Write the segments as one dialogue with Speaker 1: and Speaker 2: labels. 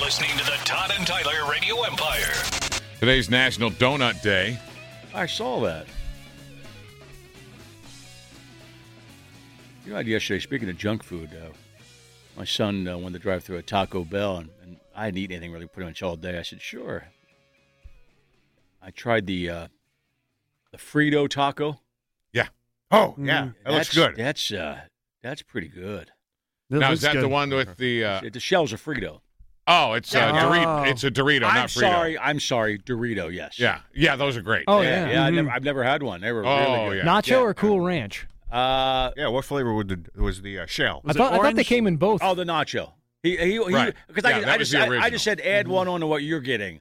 Speaker 1: listening to the Todd and Tyler Radio Empire.
Speaker 2: Today's National Donut Day.
Speaker 3: I saw that. You know, yesterday, speaking of junk food, uh, my son uh, wanted to drive through a Taco Bell, and, and I hadn't eaten anything really pretty much all day. I said, sure. I tried the uh, the Frito taco.
Speaker 2: Oh,
Speaker 4: Mm,
Speaker 2: yeah. That
Speaker 3: that's,
Speaker 2: looks good.
Speaker 3: That's uh, that's pretty good.
Speaker 4: That
Speaker 2: Now,
Speaker 4: looks
Speaker 2: is that
Speaker 4: good.
Speaker 2: the one with the. Uh,
Speaker 3: It- the shells are Frito.
Speaker 2: oh, it's, uh,
Speaker 4: Yeah.
Speaker 2: Dorito,
Speaker 4: Oh.
Speaker 2: it's a Dorito,
Speaker 3: I'm
Speaker 2: not Frito.
Speaker 3: sorry. I'm sorry. Dorito. Yes.
Speaker 2: Yeah. Yeah, those are great.
Speaker 4: Oh
Speaker 3: yeah.
Speaker 4: yeah.
Speaker 3: I
Speaker 4: Mhm.
Speaker 3: never, I've never had one. They were
Speaker 2: Oh,
Speaker 3: really good.
Speaker 2: yeah.
Speaker 4: Nacho or Cool Ranch?
Speaker 3: Uh,
Speaker 5: Yeah, what flavor would the, was the uh, shell?
Speaker 4: I thought, I thought they came in both.
Speaker 3: oh, the nacho. He, he, he
Speaker 2: Right.
Speaker 3: Because
Speaker 2: Yeah,
Speaker 3: I,
Speaker 2: that
Speaker 3: I
Speaker 2: was
Speaker 3: just,
Speaker 2: the
Speaker 3: I, I
Speaker 2: original. Mm-hmm.
Speaker 3: just said add one on to what you're getting,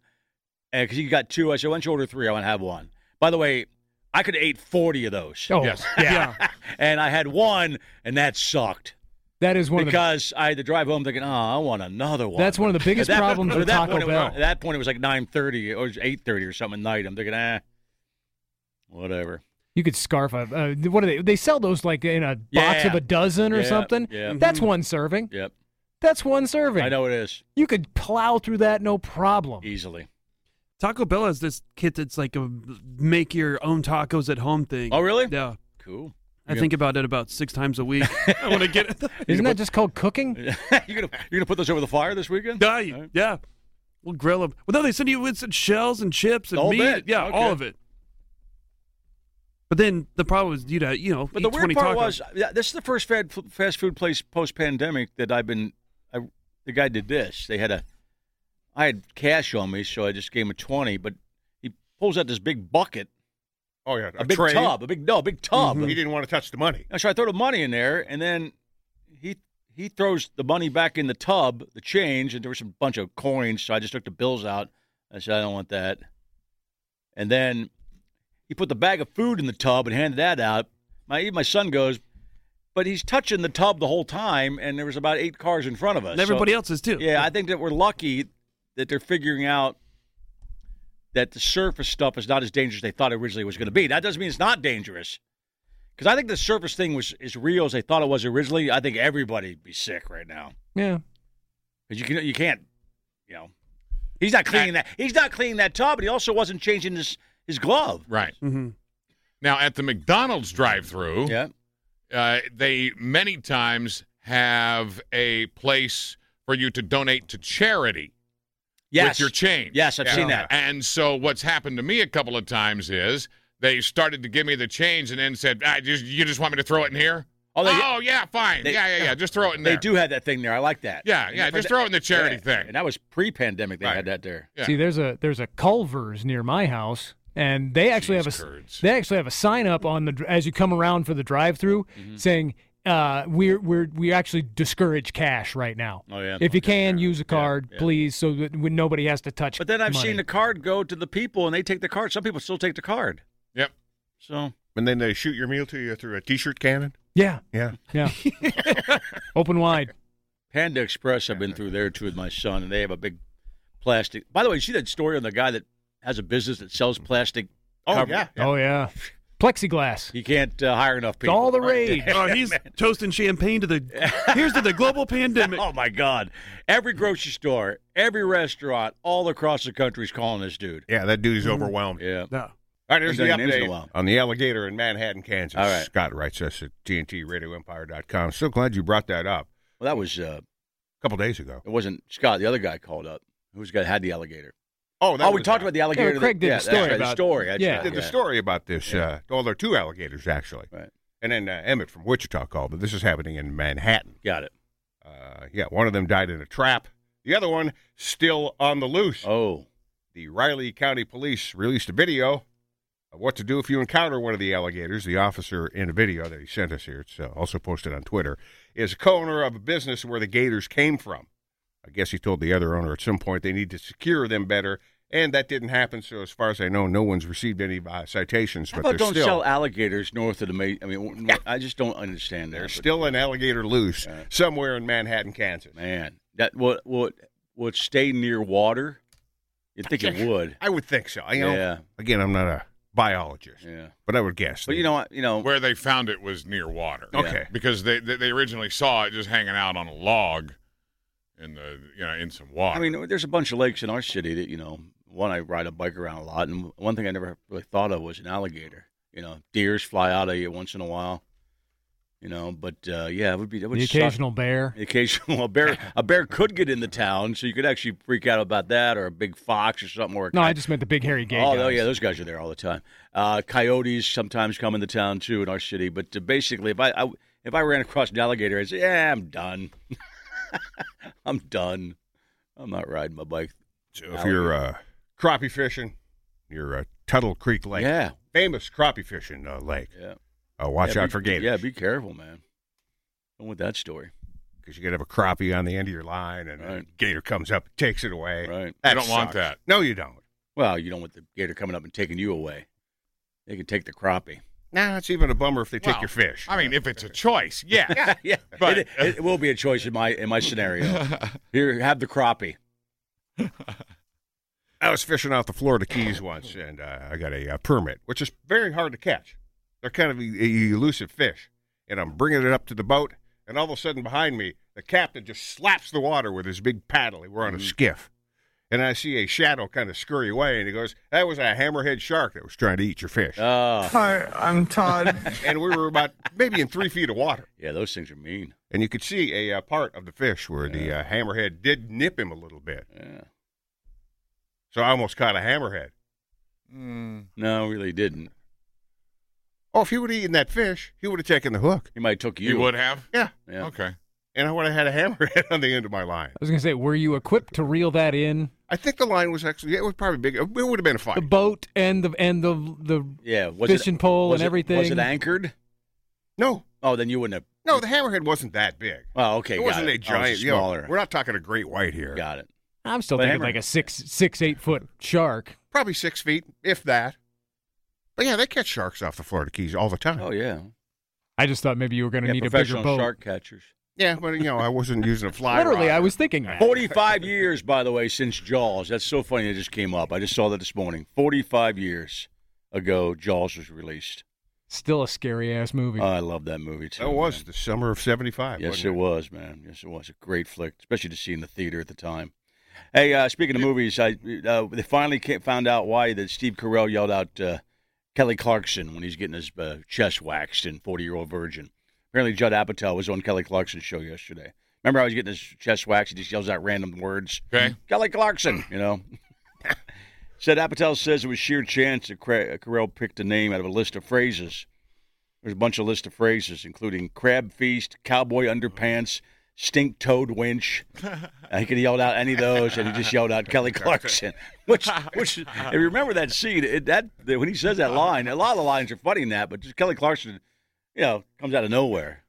Speaker 3: because you got two. I said, why don't you order three? I want to have one. By the way, I could have ate forty of those,
Speaker 4: Oh,
Speaker 2: Yes.
Speaker 4: yeah.
Speaker 3: and I had one, and that sucked
Speaker 4: That is one of
Speaker 3: because I had to drive home thinking, oh, I want another
Speaker 4: the.
Speaker 3: one.
Speaker 4: That's one of the
Speaker 3: At
Speaker 4: biggest
Speaker 3: that-
Speaker 4: problems
Speaker 3: at
Speaker 4: with
Speaker 3: that
Speaker 4: Taco
Speaker 3: point, it was-
Speaker 4: Bell.
Speaker 3: At that point, it was like nine thirty or eight thirty or something at night. I'm thinking, ah, whatever.
Speaker 4: You could scarf a. Uh, what do they? They sell those like in a box
Speaker 3: Yeah.
Speaker 4: of a dozen or
Speaker 3: Yeah,
Speaker 4: something.
Speaker 3: yeah.
Speaker 4: That's one serving.
Speaker 3: Yep,
Speaker 4: That's one serving.
Speaker 3: I know it is
Speaker 4: You could plow through that no problem.
Speaker 3: easily.
Speaker 6: Taco Bell has this kit that's like a make your own tacos at home thing.
Speaker 3: Oh, really?
Speaker 6: Yeah.
Speaker 3: Cool.
Speaker 6: I think about it about six times a week. I want to get it.
Speaker 4: Isn't that just called cooking?
Speaker 3: you gonna you gonna put those over the fire this weekend?
Speaker 6: Yeah, you- yeah. We'll grill them. Well, no, they send you with some shells and chips and
Speaker 3: The whole
Speaker 6: meat.
Speaker 3: bit.
Speaker 6: Yeah,
Speaker 3: Okay.
Speaker 6: all of it. But then the problem is, you know, you know,
Speaker 3: But
Speaker 6: eat
Speaker 3: the weird
Speaker 6: 20
Speaker 3: part
Speaker 6: tacos.
Speaker 3: was uh, yeah, this is the first fad, fast food place post pandemic that I've been. I, the guy did this. They had a. I had cash on me, so I just gave him a twenty. But he pulls out this big bucket,
Speaker 5: Oh yeah,
Speaker 3: a, big
Speaker 5: tray. Mm-hmm.
Speaker 3: tub, a big no, a big tub.
Speaker 5: He didn't want to touch the money.
Speaker 3: And so I throw the money in there, and then he he throws the money back in the tub, the change, and there was a bunch of coins. So I just took the bills out. I said, I don't want that. And then he put the bag of food in the tub and handed that out. My even my son goes, but he's touching the tub the whole time, and there was about eight cars in front of us.
Speaker 6: and everybody
Speaker 3: So-
Speaker 6: else is too.
Speaker 3: Yeah, I think that we're lucky that they're figuring out that the surface stuff is not as dangerous as they thought originally it was going to be. That doesn't mean it's not dangerous. Because I think the surface thing was as real as they thought it was originally. I think everybody'd be sick right now
Speaker 4: Yeah.
Speaker 3: because you can you can't, you know. He's not cleaning that. He's not cleaning that tub, and he also wasn't changing his his glove.
Speaker 2: Right.
Speaker 6: Mhm.
Speaker 2: Now, at the McDonald's drive through,
Speaker 3: Yeah.
Speaker 2: uh, they many times have a place for you to donate to charity
Speaker 3: Yes.
Speaker 2: with your change.
Speaker 3: Yes, I've seen that.
Speaker 2: And so what's happened to me a couple of times is they started to give me the change and then said, ah, just, "You just want me to throw it in here?"
Speaker 3: Oh, they-
Speaker 2: oh yeah, fine.
Speaker 3: they-
Speaker 2: yeah, yeah, yeah. Just throw it in
Speaker 3: They
Speaker 2: there.
Speaker 3: do have that thing there. I like that.
Speaker 2: Yeah, yeah.
Speaker 3: And
Speaker 2: Just
Speaker 3: for
Speaker 2: throw it in the charity
Speaker 3: yeah.
Speaker 2: thing.
Speaker 3: And that was pre-pandemic. They
Speaker 2: Right.
Speaker 3: had that there.
Speaker 2: Yeah.
Speaker 4: See, there's a there's a Culver's near my house, and they actually have a
Speaker 2: Jeez,
Speaker 4: s-
Speaker 2: Kurds.
Speaker 4: they actually have a sign up on the as you come around for the drive-through
Speaker 3: Mm-hmm.
Speaker 4: saying uh, we're we're we actually discourage cash right now.
Speaker 3: Oh, yeah.
Speaker 4: If you
Speaker 3: Okay,
Speaker 4: can
Speaker 3: yeah.
Speaker 4: use a
Speaker 3: Yeah,
Speaker 4: card,
Speaker 3: yeah.
Speaker 4: please, so that when nobody has to touch.
Speaker 3: But then I've
Speaker 4: money.
Speaker 3: seen the card go to the people, and they take the card. Some people still take the card.
Speaker 2: Yep.
Speaker 3: So
Speaker 5: And then they shoot your meal to you through a T-shirt cannon.
Speaker 4: yeah
Speaker 5: Yeah,
Speaker 4: yeah open wide.
Speaker 3: Panda Express, I've been through there too with my son, and they have a big plastic. By the way, you see that story on the guy that has a business that sells plastic?
Speaker 5: Oh,
Speaker 3: cover-
Speaker 5: yeah.
Speaker 4: Oh yeah, plexiglass.
Speaker 3: He can't uh, hire enough
Speaker 4: It's
Speaker 3: people.
Speaker 4: all the rage.
Speaker 6: Oh, he's toasting champagne to the. Here's to the global pandemic.
Speaker 3: Oh my God! Every grocery store, every restaurant, all across the country is calling this dude.
Speaker 5: yeah. That dude's
Speaker 3: Mm-hmm.
Speaker 5: overwhelmed.
Speaker 3: Yeah.
Speaker 6: No.
Speaker 5: All right, here's the
Speaker 3: Hasn't done names in a
Speaker 5: update
Speaker 3: while.
Speaker 5: on the alligator in Manhattan, Kansas.
Speaker 3: All right.
Speaker 5: Scott writes us at TNTRadioEmpire.com. So glad you brought that up
Speaker 3: Well, that was uh,
Speaker 5: a couple days ago.
Speaker 3: it. Wasn't Scott? The other guy called up. Who's got had the alligator?
Speaker 5: Oh,
Speaker 3: oh, we talked about the alligator. that-
Speaker 4: Craig did the
Speaker 3: that's
Speaker 4: story
Speaker 3: right,
Speaker 4: about-
Speaker 3: story. that's
Speaker 4: yeah.
Speaker 3: right,
Speaker 5: did the story about this. Uh, well, there are two alligators actually,
Speaker 3: Right.
Speaker 5: and then uh, Emmett from Wichita called, but this is happening in Manhattan.
Speaker 3: Got it.
Speaker 5: Uh, yeah, one of them died in a trap. The other one still on the loose.
Speaker 3: Oh,
Speaker 5: The Riley County Police released a video of what to do if you encounter one of the alligators. The officer in the video that he sent us here, it's uh, also posted on Twitter, is a co-owner of a business where the gators came from. I guess he told the other owner at some point they need to secure them better, and that didn't happen. So as far as I know, no one's received any uh, citations, but
Speaker 3: how about
Speaker 5: they're
Speaker 3: don't
Speaker 5: still
Speaker 3: sell alligators north of the? Ma- I mean, I just don't understand that.
Speaker 5: there's
Speaker 3: but-
Speaker 5: still an alligator loose
Speaker 3: Yeah.
Speaker 5: somewhere in Manhattan, Kansas.
Speaker 3: Man, that would would would stay near water. You'd think it would.
Speaker 5: I would think so. I, you know,
Speaker 3: yeah,
Speaker 5: again, I'm not a biologist,
Speaker 3: yeah.
Speaker 5: but I would guess.
Speaker 3: But
Speaker 5: that-
Speaker 3: you know, what- you know,
Speaker 2: Where they found it was near water
Speaker 3: Yeah.
Speaker 5: okay,
Speaker 2: because they, they they originally saw it just hanging out on a log, in the you know in some water.
Speaker 3: I mean, there's a bunch of lakes in our city that you know. One I ride a bike around a lot, and one thing I never really thought of was an alligator. You know, deers fly out of you once in a while. You know, but uh, yeah, it would be it would
Speaker 4: the
Speaker 3: suck.
Speaker 4: occasional bear.
Speaker 3: The occasional a bear a bear could get in the town, so you could actually freak out about that, or a big fox or something. Or a
Speaker 4: No, I just meant the big hairy gay
Speaker 3: oh,
Speaker 4: guys.
Speaker 3: no, yeah, those guys are there all the time. Uh, coyotes sometimes come into town too in our city, but uh, basically, if I, I if I ran across an alligator, I'd say, "Yeah, I'm done. I'm done. I'm not riding my bike."
Speaker 5: So if you're uh, crappie fishing, you're uh, Tuttle Creek Lake,
Speaker 3: yeah,
Speaker 5: famous crappie fishing uh, lake.
Speaker 3: yeah.
Speaker 5: Uh, watch
Speaker 3: Yeah,
Speaker 5: out
Speaker 3: be-
Speaker 5: for gators.
Speaker 3: Yeah, be careful, man. Don't want that story.
Speaker 5: because you could have a crappie on the end of your line, and a
Speaker 3: Right.
Speaker 5: gator comes up, takes it away.
Speaker 3: Right.
Speaker 5: That
Speaker 2: You don't want
Speaker 5: sucks.
Speaker 2: that.
Speaker 5: No, you don't.
Speaker 3: Well, you don't want the gator coming up and taking you away. They can take the crappie.
Speaker 5: Nah, it's even a bummer if they take
Speaker 2: Well,
Speaker 5: your fish.
Speaker 2: I mean, if it's a choice, yeah.
Speaker 3: yeah,
Speaker 2: But-
Speaker 3: it, it will be a choice in my in my scenario. Here, have the crappie.
Speaker 5: I was fishing off the Florida Keys once, and uh, I got a uh, permit, which is very hard to catch. They're kind of e- e- elusive fish, and I'm bringing it up to the boat, and all of a sudden behind me, the captain just slaps the water with his big paddle. We're on a skiff, and I see a shadow kind of scurry away, and he goes, "That was a hammerhead shark that was trying to eat your fish."
Speaker 3: Oh,
Speaker 7: Hi, I'm Todd.
Speaker 5: and we were about maybe in three feet of water.
Speaker 3: yeah, those things are mean.
Speaker 5: And you could see a uh, part of the fish where the uh, hammerhead did nip him a little bit.
Speaker 3: Yeah.
Speaker 5: So I almost caught a hammerhead.
Speaker 3: No, really didn't.
Speaker 5: Oh, if he would have eaten that fish, he would have taken the hook.
Speaker 3: He might took you.
Speaker 2: you would have.
Speaker 5: Yeah.
Speaker 3: Yeah.
Speaker 2: Okay.
Speaker 5: And I would have had a hammerhead on the end of my line.
Speaker 4: I was gonna say, were you equipped to reel that in?
Speaker 5: I think the line was actually, it was probably big. It would have been a
Speaker 4: The
Speaker 5: fight.
Speaker 4: boat and the and the the
Speaker 3: Yeah. Was
Speaker 4: fishing
Speaker 3: it,
Speaker 4: pole
Speaker 3: was
Speaker 4: and
Speaker 3: it-
Speaker 4: everything.
Speaker 3: Was it anchored?
Speaker 5: No,
Speaker 3: Oh, then you wouldn't have.
Speaker 5: no, the hammerhead wasn't that big.
Speaker 3: Oh, okay.
Speaker 5: it
Speaker 3: got
Speaker 5: wasn't
Speaker 3: it.
Speaker 5: a
Speaker 3: Oh, it
Speaker 5: giant,
Speaker 3: was
Speaker 5: you know,
Speaker 3: smaller.
Speaker 5: we're not talking a great white here.
Speaker 3: got it.
Speaker 4: I'm still
Speaker 3: But
Speaker 4: thinking
Speaker 3: hammer-
Speaker 4: like a six six eight foot shark.
Speaker 5: Probably six feet, if that. But yeah, they catch sharks off the Florida Keys all the time.
Speaker 3: Oh yeah.
Speaker 4: I just thought maybe you were gonna
Speaker 3: yeah
Speaker 4: need a bigger
Speaker 3: professional
Speaker 4: boat.
Speaker 3: shark catchers.
Speaker 5: Yeah, but you know, I wasn't using a fly
Speaker 4: Literally,
Speaker 5: rod.
Speaker 4: I was thinking that.
Speaker 3: 45 years, by the way, since Jaws. That's so funny. It just came up. I just saw that this morning. 45 years ago, Jaws was released. Oh,
Speaker 4: Still a scary ass movie.
Speaker 3: I love that movie, too.
Speaker 5: That was
Speaker 3: man.
Speaker 5: the summer of 75.
Speaker 3: Yes,
Speaker 5: wasn't
Speaker 3: it was, man. Yes, it was. A great flick, especially to see in the theater at the time. Hey, uh, speaking of movies, I uh, they finally ca- found out why that Steve Carell yelled out uh, Kelly Clarkson when he's getting his uh, chest waxed in 40 Year Old Virgin. Apparently, Judd Apatow was on Kelly Clarkson's show yesterday. Remember, I was getting his chest waxed. He just yells out random words.
Speaker 2: Okay.
Speaker 3: Kelly Clarkson, you know. Said Apatow says it was sheer chance that Cra- Carell picked a name out of a list of phrases. There's a bunch of list of phrases, including crab feast, cowboy underpants, stink toed winch. I could yelled out any of those, and he just yelled out Kelly Clarkson. Which, which, if you remember that scene, it, that when he says that line, a lot of the lines are funny in that, but just Kelly Clarkson, you know, comes out of nowhere.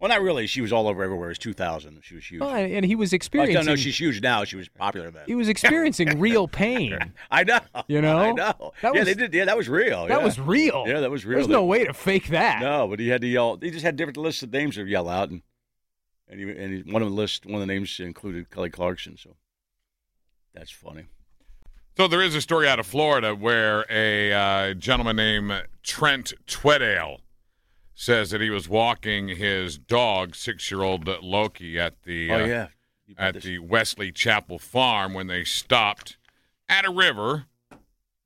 Speaker 3: Well, not really. She was all over everywhere. It was 2000. She was huge.
Speaker 4: Well, Oh, and and he was
Speaker 3: I
Speaker 4: experiencing
Speaker 3: don't know. She's huge now. She was popular then.
Speaker 4: he was experiencing real pain.
Speaker 3: I know.
Speaker 4: You know?
Speaker 3: I know.
Speaker 4: That
Speaker 3: yeah,
Speaker 4: was-
Speaker 3: they did. Yeah, that was real.
Speaker 4: That
Speaker 3: yeah.
Speaker 4: was real.
Speaker 3: Yeah, that was real.
Speaker 4: There's no way to fake that.
Speaker 3: No, but he had to yell. He just had different lists of names to yell out, and and, he, and he, one of the list, one of the names included Kelly Clarkson. So that's funny.
Speaker 2: So there is a story out of Florida where a uh, gentleman named Trent Tweddale says that he was walking his dog, six-year-old Loki, at the
Speaker 3: Oh
Speaker 2: uh,
Speaker 3: yeah, You put
Speaker 2: at
Speaker 3: this-
Speaker 2: the Wesley Chapel Farm when they stopped at a river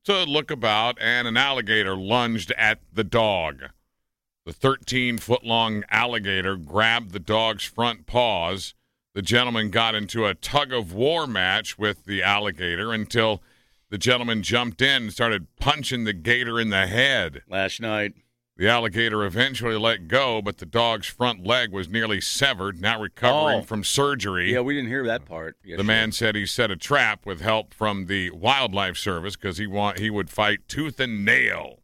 Speaker 2: to look about, and an alligator lunged at the dog. The 13 foot long alligator grabbed the dog's front paws. The gentleman got into a tug of war match with the alligator until the gentleman jumped in and started punching the gator in the head.
Speaker 3: last night.
Speaker 2: The alligator eventually let go, but the dog's front leg was nearly severed, now recovering
Speaker 3: Oh.
Speaker 2: from surgery.
Speaker 3: Yeah, we didn't hear that part.
Speaker 2: The man said he set a trap with help from the Wildlife Service because he want he would fight tooth and nail.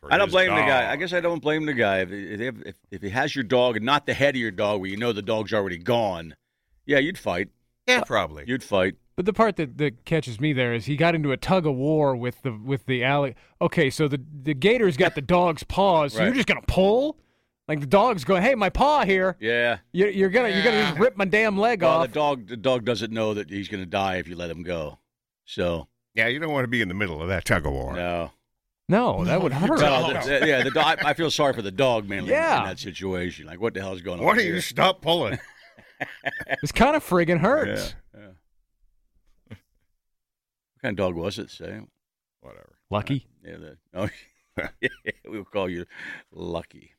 Speaker 2: for
Speaker 3: I don't
Speaker 2: his
Speaker 3: blame the
Speaker 2: dog.
Speaker 3: guy. I guess I don't blame the guy. If if, they have- if if he has your dog and not the head of your dog, where you know the dog's already gone, yeah, you'd fight.
Speaker 5: it? Yeah, probably.
Speaker 3: You'd fight.
Speaker 4: But the part that, that catches me there is he got into a tug of war with the with the alley. Okay, so the the gator's got the dog's paws. So
Speaker 3: Right.
Speaker 4: you're just gonna pull, like the dog's going, "Hey, my paw here."
Speaker 3: Yeah.
Speaker 4: You're, you're gonna you're gonna just rip my damn leg
Speaker 3: Well,
Speaker 4: off.
Speaker 3: the dog the dog doesn't know that he's going to die if you let him go. So
Speaker 5: yeah, you don't want to be in the middle of that tug of war.
Speaker 3: no,
Speaker 4: no, that would hurt.
Speaker 3: no, the- the- yeah, the dog. I feel sorry for the dog mainly
Speaker 4: Yeah.
Speaker 3: in that situation. Like, what the hell is going on?
Speaker 5: Why don't
Speaker 3: here?
Speaker 5: you stop pulling?
Speaker 4: This kind of friggin' hurts.
Speaker 3: Yeah. what kind of dog was it? Say,
Speaker 2: Whatever.
Speaker 4: Lucky.
Speaker 3: yeah, the, oh, we'll call you lucky.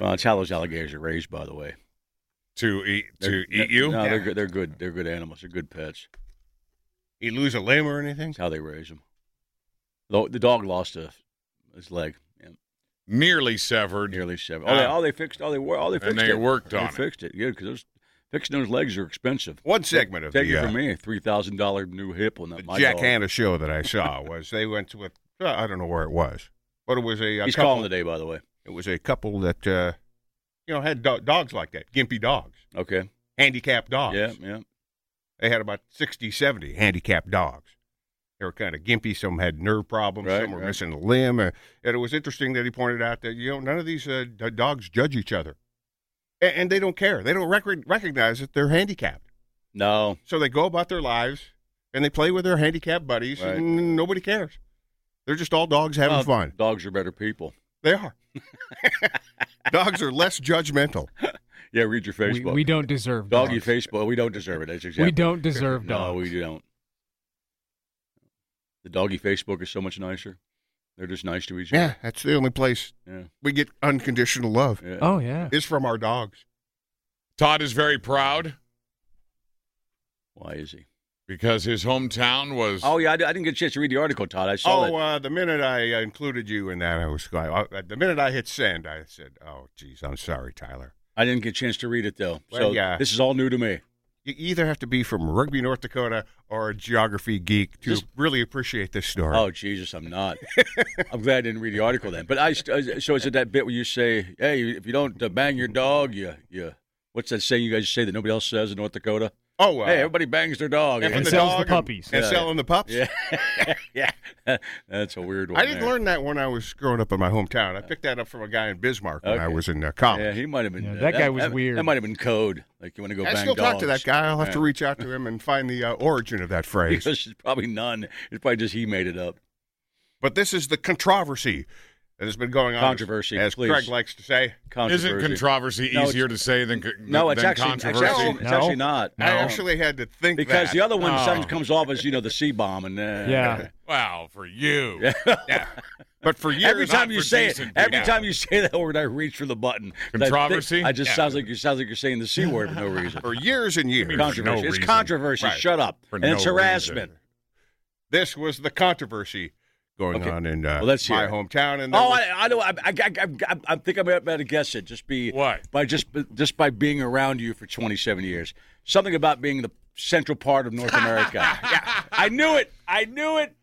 Speaker 3: Well, that's how those alligators are raised, by the way.
Speaker 2: To eat to
Speaker 3: They're-
Speaker 2: eat you?
Speaker 3: No, they're
Speaker 5: Yeah.
Speaker 3: good. They're good. They're good animals. They're good pets.
Speaker 5: You lose a limb or anything?
Speaker 3: That's how they raise them. Though the dog lost a, his leg, yeah,
Speaker 2: Nearly severed.
Speaker 3: nearly seven. Oh, they,
Speaker 2: Ah.
Speaker 3: oh, they fixed. Oh, they were. Oh, they fixed
Speaker 2: And they
Speaker 3: it.
Speaker 2: worked
Speaker 3: They
Speaker 2: on it.
Speaker 3: fixed it. Good because those fixing those legs are expensive.
Speaker 5: One segment of
Speaker 3: Take
Speaker 5: the,
Speaker 3: it
Speaker 5: uh,
Speaker 3: from me, three thousand dollar new hip on that.
Speaker 5: the
Speaker 3: my
Speaker 5: Jack
Speaker 3: dog.
Speaker 5: Hanna show that I saw was they went to a, uh, I don't know where it was, but it was a, a
Speaker 3: He's
Speaker 5: couple,
Speaker 3: calling today, by the way.
Speaker 5: it was a couple that, uh, you know, had do- dogs like that, gimpy dogs,
Speaker 3: Okay.
Speaker 5: handicapped dogs.
Speaker 3: Yeah, yeah.
Speaker 5: They had about 60, 70 handicapped dogs. They were kind of gimpy. Some had nerve problems.
Speaker 3: Right,
Speaker 5: some were
Speaker 3: right.
Speaker 5: missing a limb. Uh, and it was interesting that he pointed out that, you know, none of these uh, d- dogs judge each other. A- and they don't care. They don't rec- recognize that they're handicapped.
Speaker 3: No,
Speaker 5: So they go about their lives and they play with their handicapped buddies
Speaker 3: Right.
Speaker 5: and nobody cares. They're just all dogs having
Speaker 3: Well,
Speaker 5: fun.
Speaker 3: Dogs are better people.
Speaker 5: They are. dogs are less judgmental.
Speaker 3: Yeah, read your
Speaker 4: We,
Speaker 3: Facebook.
Speaker 4: we don't deserve
Speaker 3: Doggy
Speaker 4: dogs.
Speaker 3: Facebook. We don't deserve it. That's exactly.
Speaker 4: We don't deserve
Speaker 3: No,
Speaker 4: dogs.
Speaker 3: we don't. The doggy Facebook is so much nicer. They're just nice to each other.
Speaker 5: Yeah, that's the only place
Speaker 3: Yeah.
Speaker 5: we get unconditional love
Speaker 3: yeah.
Speaker 4: Oh yeah.
Speaker 5: is from our dogs.
Speaker 2: Todd is very proud
Speaker 3: Why is he?
Speaker 2: because his hometown was
Speaker 3: Oh yeah, I, di- I didn't get a chance to read the article, Todd. I saw
Speaker 5: Oh, uh, the minute I uh, included you in that, I was going. Uh, the minute I hit send, I said, "Oh, geez, I'm sorry, Tyler."
Speaker 3: that. I didn't get a chance to read it though.
Speaker 5: Well,
Speaker 3: so
Speaker 5: yeah.
Speaker 3: this is all new to me.
Speaker 5: You either have to be from Rugby, North Dakota, or a geography geek to
Speaker 3: Just-
Speaker 5: really appreciate this story.
Speaker 3: Oh Jesus, I'm not. I'm glad I didn't read the article then. But I st- uh, so is it that bit where you say, "Hey, if you don't uh, bang your dog, you you what's that saying you guys say that nobody else says in North Dakota?
Speaker 5: oh, uh,
Speaker 3: hey, everybody bangs their dog.
Speaker 5: and
Speaker 4: And
Speaker 5: the
Speaker 4: sells
Speaker 5: dog
Speaker 4: the
Speaker 5: and-
Speaker 4: puppies.
Speaker 5: and
Speaker 3: Yeah.
Speaker 5: selling the pups.
Speaker 3: Yeah, yeah, that's a weird one.
Speaker 5: I didn't
Speaker 3: there.
Speaker 5: learn that when I was growing up in my hometown. I picked that up from a guy in Bismarck when I
Speaker 3: Okay.
Speaker 5: was in uh,
Speaker 3: Yeah,
Speaker 5: college.
Speaker 3: he might have been.
Speaker 4: Yeah,
Speaker 3: uh,
Speaker 4: that guy was weird.
Speaker 3: That might have been code. Like you want to go
Speaker 5: I
Speaker 3: bang
Speaker 5: still
Speaker 3: dogs.
Speaker 5: talk to that guy. I'll have to
Speaker 3: Yeah.
Speaker 5: reach out to him and find the uh, origin of that
Speaker 3: Because
Speaker 5: phrase.
Speaker 3: it's probably none. It's probably just he made it up.
Speaker 5: But this is the controversy that has been going on.
Speaker 3: Controversy,
Speaker 5: as
Speaker 3: please.
Speaker 5: Craig likes to say.
Speaker 3: Controversy.
Speaker 2: isn't controversy
Speaker 3: No, it's-
Speaker 2: easier to say than, co-
Speaker 3: No, it's
Speaker 2: than
Speaker 3: actually it's
Speaker 2: controversy?
Speaker 3: actually, it's
Speaker 4: No.
Speaker 3: actually not.
Speaker 5: I
Speaker 4: No.
Speaker 5: actually had to think
Speaker 3: because
Speaker 5: that.
Speaker 3: the other one
Speaker 2: Oh.
Speaker 3: sometimes comes off as you know the C bomb and uh,
Speaker 4: Yeah.
Speaker 2: Wow, for you.
Speaker 5: But for years,
Speaker 3: Every time
Speaker 2: not
Speaker 3: you
Speaker 2: for
Speaker 3: say it,
Speaker 2: decent
Speaker 3: every
Speaker 2: people.
Speaker 3: time you say that word, I reach for the button. But I think-
Speaker 2: Controversy?
Speaker 3: I, just
Speaker 2: Yeah.
Speaker 3: sounds like you sounds like you're saying the c word for no reason.
Speaker 5: for years and years,
Speaker 3: Controversy.
Speaker 2: no
Speaker 3: it's
Speaker 2: reason.
Speaker 3: controversy.
Speaker 5: Right.
Speaker 3: Shut up.
Speaker 2: For
Speaker 3: and
Speaker 2: no
Speaker 3: it's harassment.
Speaker 2: reason.
Speaker 5: this was the controversy going
Speaker 3: Okay.
Speaker 5: on in uh,
Speaker 3: Well, let's hear
Speaker 5: my
Speaker 3: it.
Speaker 5: hometown. And there
Speaker 3: Oh,
Speaker 5: was-
Speaker 3: I, I know. I, I, I, I, I think I'm about to guess it. Just be
Speaker 2: What?
Speaker 3: by just just by being around you for 27 years. Something about being the central part of North America. yeah, I knew it. I knew it.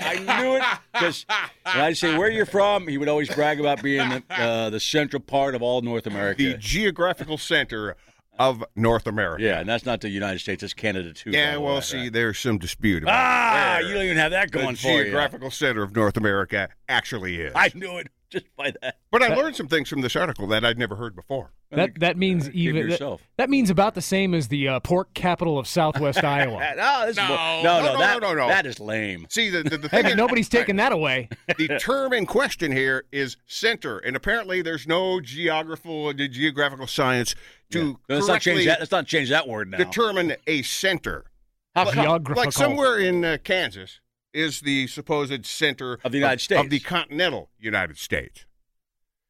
Speaker 3: I knew it because when I say where you're from, he would always brag about being the, uh, the central part of all North America.
Speaker 5: the geographical center of North America.
Speaker 3: Yeah, and that's not the United States. That's Canada too. by
Speaker 5: Yeah,
Speaker 3: the
Speaker 5: well,
Speaker 3: way.
Speaker 5: see, there's some dispute about
Speaker 3: Ah,
Speaker 5: where
Speaker 3: you don't even have that
Speaker 5: the
Speaker 3: going for you.
Speaker 5: geographical center of North America actually is.
Speaker 3: I knew it just by that.
Speaker 5: but I learned some things from this article that I'd never heard before.
Speaker 4: That that means
Speaker 3: Give
Speaker 4: even that,
Speaker 3: yourself.
Speaker 4: that means about the same as the uh, pork capital of Southwest Iowa.
Speaker 3: No, oh, this is
Speaker 2: No.
Speaker 3: bull-
Speaker 5: No,
Speaker 3: no, no,
Speaker 5: no,
Speaker 3: that,
Speaker 5: no, no, no.
Speaker 3: that is lame.
Speaker 5: See, the, the, the
Speaker 4: Hey,
Speaker 5: thing
Speaker 4: but
Speaker 5: is-
Speaker 4: nobody's taking that away.
Speaker 5: the term in question here is center, and apparently there's no geographical uh, the geographical science to
Speaker 3: Let's not change
Speaker 5: correctly
Speaker 3: that. Let's not change that word now.
Speaker 5: determine a center.
Speaker 4: How
Speaker 5: Like-
Speaker 4: geographical.
Speaker 5: Like somewhere in uh, Kansas is the supposed center
Speaker 3: Of the United
Speaker 5: of
Speaker 3: States.
Speaker 5: the continental United States.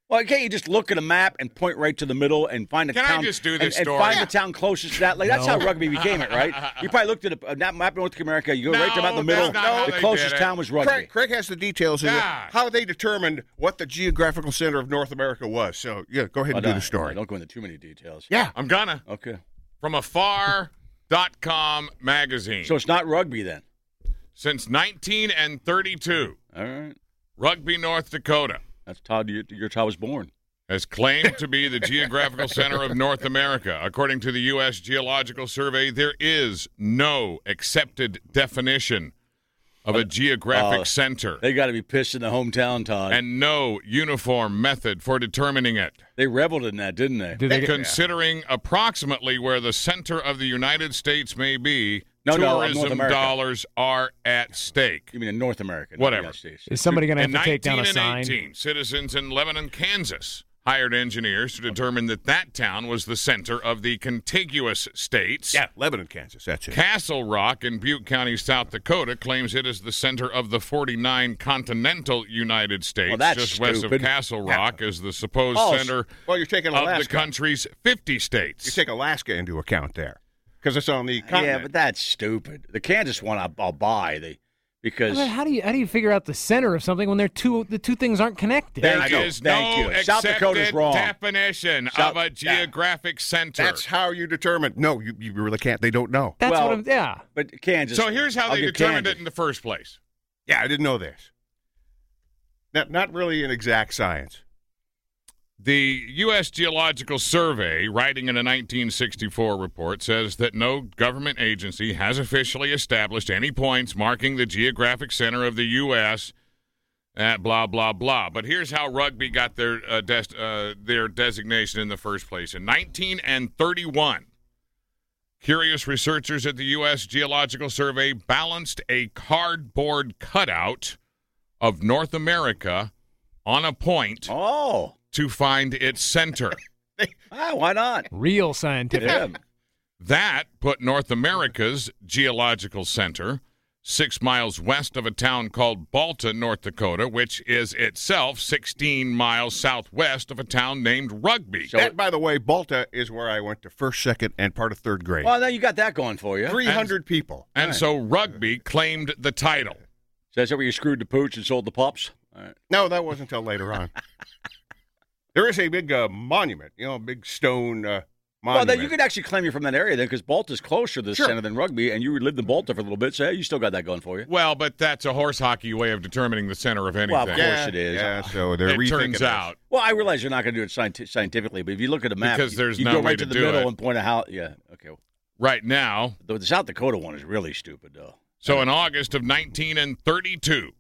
Speaker 3: Well, can't you just look at a map and point right to the middle and find a
Speaker 2: Can I
Speaker 3: town?
Speaker 2: just do
Speaker 3: and-
Speaker 2: this
Speaker 3: and,
Speaker 2: story?
Speaker 3: find
Speaker 2: Yeah.
Speaker 3: the town closest to that? Like that's
Speaker 4: No.
Speaker 3: how rugby became it, right? You probably looked at a, a map of North America. You go right to about the
Speaker 2: No,
Speaker 3: middle.
Speaker 2: that's not how
Speaker 3: the
Speaker 2: they
Speaker 3: closest
Speaker 2: did it.
Speaker 3: town was rugby.
Speaker 5: Craig, Craig has the details of
Speaker 2: Yeah.
Speaker 5: how they determined what the geographical center of North America was. So yeah, go ahead and
Speaker 3: Well
Speaker 5: do
Speaker 3: done.
Speaker 5: the story.
Speaker 3: Don't go into too many details.
Speaker 5: Yeah,
Speaker 2: I'm gonna
Speaker 3: Okay.
Speaker 2: from afar.com magazine.
Speaker 3: So it's not rugby then.
Speaker 2: Since 1932,
Speaker 3: All right.
Speaker 2: Rugby North Dakota
Speaker 3: That's Todd. Your, your Todd was born.
Speaker 2: has claimed to be the geographical center of North America. According to the U.S. Geological Survey, there is no accepted definition of a geographic
Speaker 3: Uh,
Speaker 2: center
Speaker 3: They got to be pissed in the hometown, Todd.
Speaker 2: and no uniform method for determining it.
Speaker 3: they reveled in that, didn't they?
Speaker 4: Do they get,
Speaker 2: Considering approximately where the center of the United States may be,
Speaker 3: No, no, I'm North
Speaker 2: tourism
Speaker 3: America.
Speaker 2: dollars are at stake.
Speaker 3: You mean in North America? not the
Speaker 2: Whatever.
Speaker 3: United States.
Speaker 4: is somebody going to
Speaker 2: In
Speaker 4: have to take down a
Speaker 2: 19 and
Speaker 4: sign?
Speaker 2: 18, citizens in Lebanon, Kansas hired engineers to determine that that town was the center of the contiguous states.
Speaker 5: Yeah, Lebanon, Kansas. That's it.
Speaker 2: Castle Rock in Butte County, South Dakota, claims it is the center of the 49 continental United States.
Speaker 5: Well, that's
Speaker 2: just west
Speaker 5: stupid.
Speaker 2: of Castle
Speaker 5: Yeah.
Speaker 2: Rock is the supposed
Speaker 5: Oh,
Speaker 2: center
Speaker 5: well, you're taking
Speaker 2: of the
Speaker 5: Alaska.
Speaker 2: country's 50 states.
Speaker 5: You take Alaska into account there because it's on the continent.
Speaker 3: Yeah, but that's stupid. The Kansas one I, I'll buy the because
Speaker 4: But how do you how do you figure out the center of something when they're two the two things aren't connected?
Speaker 3: There
Speaker 2: There
Speaker 3: I know.
Speaker 2: is
Speaker 3: Thank
Speaker 2: no
Speaker 3: you. South Dakota's
Speaker 2: accepted
Speaker 3: wrong.
Speaker 2: definition
Speaker 3: South-
Speaker 2: of a geographic center.
Speaker 5: that's how you determine. No, you, you really can't. They don't know.
Speaker 4: That's
Speaker 3: well-
Speaker 4: what I'm. Yeah.
Speaker 3: but Kansas.
Speaker 2: so here's how
Speaker 3: I'll
Speaker 2: they
Speaker 3: give
Speaker 2: determined it
Speaker 3: Kansas.
Speaker 2: in the first place.
Speaker 5: Yeah, I didn't know this. Not, not really an exact science.
Speaker 2: The U.S. Geological Survey, writing in a 1964 report, says that no government agency has officially established any points marking the geographic center of the U.S. at blah blah blah. But here's how rugby got their uh, des- uh, their designation in the first place in 1931. Curious researchers at the U.S. Geological Survey balanced a cardboard cutout of North America on a point
Speaker 3: Oh,
Speaker 2: to find its center.
Speaker 3: ah, why not?
Speaker 4: Real scientific.
Speaker 3: Yeah.
Speaker 2: That put North America's geological center six miles west of a town called Balta, North Dakota, which is itself 16 miles southwest of a town named Rugby.
Speaker 3: So-
Speaker 5: that, by the way, Balta is where I went to first, second, and part of third grade.
Speaker 3: Well, now you got that going for you.
Speaker 5: Three hundred people.
Speaker 2: and so Rugby claimed the title.
Speaker 3: So that's where you screwed the pooch and sold the pups. All right.
Speaker 5: No, that wasn't until later on. there is a big uh, monument, you know, a big stone uh,
Speaker 3: Well,
Speaker 5: monument.
Speaker 3: then you could actually claim you're from that area then, because Balta's closer to the
Speaker 5: Sure.
Speaker 3: center than Rugby, and you lived in Balta for a little bit, so hey, you still got that going for you.
Speaker 2: Well, but that's a horse hockey way of determining the center of anything.
Speaker 3: Well, of course.
Speaker 5: yeah,
Speaker 3: it is.
Speaker 5: Yeah, so they're
Speaker 2: it
Speaker 5: rethinking
Speaker 2: turns
Speaker 5: this.
Speaker 2: out.
Speaker 3: Well, I realize you're not going to do it scienti- scientifically, but if you look at a map,
Speaker 2: Because
Speaker 3: you-
Speaker 2: there's
Speaker 3: you
Speaker 2: no
Speaker 3: go
Speaker 2: way
Speaker 3: right
Speaker 2: to
Speaker 3: to the
Speaker 2: do
Speaker 3: middle
Speaker 2: it.
Speaker 3: and point out how. Yeah, okay.
Speaker 2: Right now,
Speaker 3: The, the South Dakota one is really stupid, though.
Speaker 2: So in August of 1932,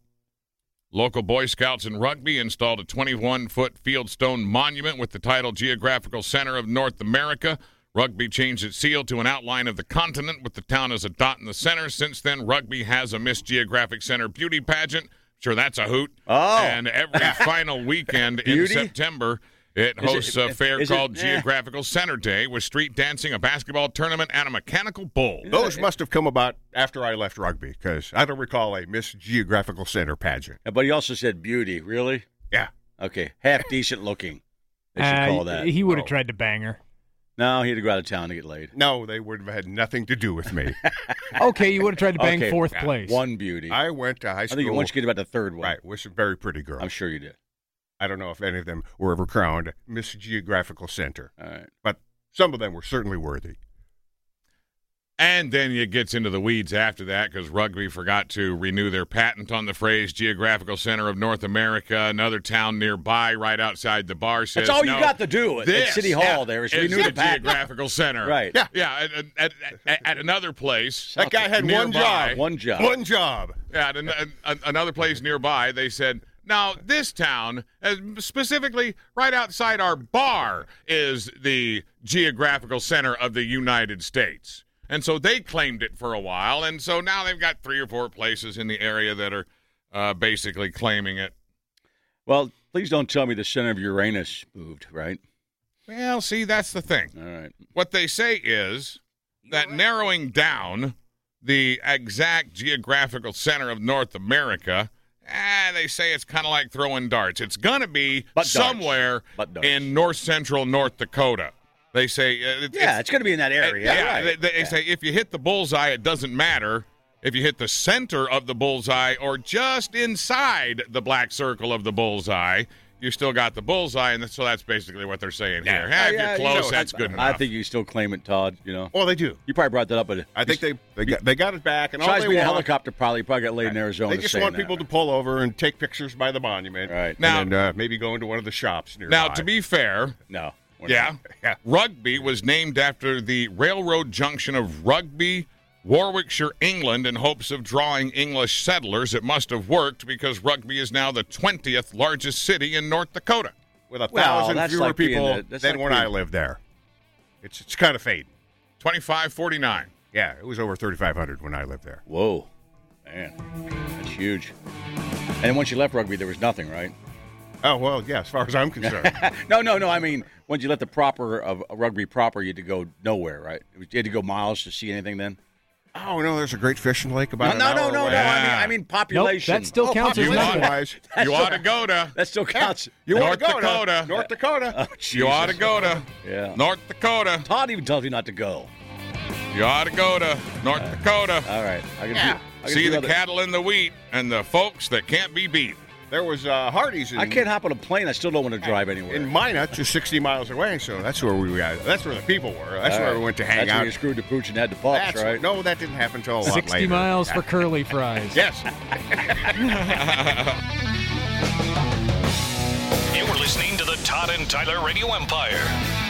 Speaker 2: local Boy Scouts in Rugby installed a 21-foot field stone monument with the title Geographical Center of North America. Rugby changed its seal to an outline of the continent with the town as a dot in the center. Since then, Rugby has a Miss Geographic Center beauty pageant. Sure, that's a hoot.
Speaker 3: Oh.
Speaker 2: And every final weekend in
Speaker 3: Beauty?
Speaker 2: September, it
Speaker 3: Is it-
Speaker 2: hosts a fair
Speaker 3: is it-
Speaker 2: called
Speaker 3: eh.
Speaker 2: Geographical Center Day with street dancing, a basketball tournament, and a mechanical bull.
Speaker 5: Those must have come about after I left rugby because I don't recall a Miss Geographical Center pageant.
Speaker 3: Yeah, But he also said beauty. Really?
Speaker 5: Yeah.
Speaker 3: Okay. Half decent looking. They should
Speaker 4: Uh,
Speaker 3: call that.
Speaker 4: He would have
Speaker 5: Oh.
Speaker 4: tried to bang her.
Speaker 3: no, he had to go out of town to get laid.
Speaker 5: No, they would have had nothing to do with me.
Speaker 4: Okay, you would have tried to bang
Speaker 3: Okay,
Speaker 4: fourth place.
Speaker 3: One beauty. I,
Speaker 5: I went to high school.
Speaker 3: think once you get about the third one,
Speaker 5: right, with some very pretty girls.
Speaker 3: I'm sure you did.
Speaker 5: I don't know if any of them were ever crowned Miss Geographical Center,
Speaker 3: All right.
Speaker 5: but some of them were certainly worthy.
Speaker 2: And then it gets into the weeds after that because rugby forgot to renew their patent on the phrase geographical center of North America. Another town nearby, right outside the bar, says
Speaker 3: That's all
Speaker 2: "No,
Speaker 3: you got to do at,
Speaker 2: This
Speaker 3: at City Hall.
Speaker 2: yeah,
Speaker 3: there is renew
Speaker 2: the
Speaker 3: the patent.
Speaker 2: geographical center,
Speaker 3: Right.
Speaker 5: Yeah.
Speaker 2: Yeah, at, at, at, at another place,
Speaker 5: That guy had one
Speaker 2: Nearby.
Speaker 5: job.
Speaker 3: One job.
Speaker 5: One job.
Speaker 2: at an, an, another place nearby, they said, "Now this town, uh, specifically right outside our bar, is the geographical center of the United States." And so they claimed it for a while, and so now they've got three or four places in the area that are uh, basically claiming it.
Speaker 3: Well, please don't tell me the center of Uranus moved, right?
Speaker 2: Well, see, that's the thing.
Speaker 3: All right.
Speaker 2: What they say is that narrowing down the exact geographical center of North America, eh, they say it's kind of like throwing darts. It's going to be
Speaker 3: But darts.
Speaker 2: somewhere
Speaker 3: But darts.
Speaker 2: in north central North Dakota. They say, uh, it-
Speaker 3: Yeah, it's,
Speaker 2: it's- eh,
Speaker 3: going to be in that area.
Speaker 2: yeah,
Speaker 3: right.
Speaker 2: they, they
Speaker 3: Yeah.
Speaker 2: say if you hit the bullseye, it doesn't matter. If you hit the center of the bullseye or just inside the black circle of the bullseye, you still got the bullseye, and so that's basically what they're saying here.
Speaker 5: Yeah,
Speaker 2: Eh, if
Speaker 3: yeah,
Speaker 2: you're
Speaker 3: you
Speaker 2: close,
Speaker 3: know,
Speaker 2: that's good
Speaker 3: I
Speaker 2: enough.
Speaker 3: think you still claim it, Todd. You know,
Speaker 5: Well, they do.
Speaker 3: you probably brought that up, but
Speaker 5: I think they they got, they got it back, and all
Speaker 3: besides
Speaker 5: they
Speaker 3: being a
Speaker 5: want
Speaker 3: helicopter, probably probably got laid in Arizona.
Speaker 5: they just
Speaker 3: saying
Speaker 5: want
Speaker 3: that,
Speaker 5: people to
Speaker 3: right?
Speaker 5: pull over and take pictures by the monument,
Speaker 3: Right.
Speaker 2: Now-
Speaker 5: Now, and uh, maybe go into one of the shops nearby.
Speaker 2: Now, to be fair,
Speaker 3: No. we're
Speaker 2: yeah,
Speaker 3: not.
Speaker 5: Yeah.
Speaker 2: rugby was named after the railroad junction of Rugby, Warwickshire, England, in hopes of drawing English settlers. It must have worked because Rugby is now the 20th largest city in North Dakota.
Speaker 5: with a
Speaker 3: Well,
Speaker 5: thousand
Speaker 3: that's
Speaker 5: fewer
Speaker 3: like being
Speaker 5: people
Speaker 3: the- that's
Speaker 5: than
Speaker 3: like
Speaker 5: when I
Speaker 3: being-
Speaker 5: lived there, it's it's kind of fading.
Speaker 2: 2549.
Speaker 5: Yeah, it was over thirty five hundred when I lived there.
Speaker 3: Whoa, man, that's huge. And once you left rugby, there was nothing, right?
Speaker 5: Oh well, yeah. As far as I'm concerned,
Speaker 3: No, no, no. I mean, once you left the proper of uh, rugby proper, you had to go nowhere, right? You had to go miles to see anything then.
Speaker 5: oh no, there's a great fishing lake
Speaker 3: No,
Speaker 5: about an
Speaker 3: no, no,
Speaker 5: hour
Speaker 3: no,
Speaker 5: away.
Speaker 3: no. I mean,
Speaker 2: Yeah.
Speaker 3: I mean
Speaker 4: Nope,
Speaker 3: population.
Speaker 4: that still
Speaker 5: Oh,
Speaker 4: counts as
Speaker 5: population
Speaker 4: nothing.
Speaker 5: wise,
Speaker 2: You ought to go to.
Speaker 3: That still counts.
Speaker 5: you ought
Speaker 2: North
Speaker 5: to go to-
Speaker 2: Dakota.
Speaker 5: North Dakota.
Speaker 2: You ought to go to.
Speaker 3: Yeah.
Speaker 2: North Dakota.
Speaker 3: Todd even tells me not to go.
Speaker 2: You ought to go to North Dakota.
Speaker 3: All right, I can
Speaker 5: Yeah.
Speaker 3: do. I can
Speaker 2: See
Speaker 3: do
Speaker 2: the
Speaker 3: other-
Speaker 2: cattle and the wheat and the folks that can't be beat.
Speaker 5: There was uh, Hardee's. In,
Speaker 3: I can't hop on a plane. I still don't want to drive anywhere.
Speaker 5: in Minot, just 60 miles away. So that's where we got. That's where the people were. That's
Speaker 3: All
Speaker 5: where
Speaker 3: right.
Speaker 5: we went to hang
Speaker 3: That's
Speaker 5: out.
Speaker 3: When you screwed the pooch and had the pups,
Speaker 5: That's-
Speaker 3: right?
Speaker 5: No, that didn't happen until a lot
Speaker 4: Sixty
Speaker 5: later.
Speaker 4: miles for curly fries.
Speaker 5: Yes.
Speaker 1: You're listening to the Todd and Tyler Radio Empire.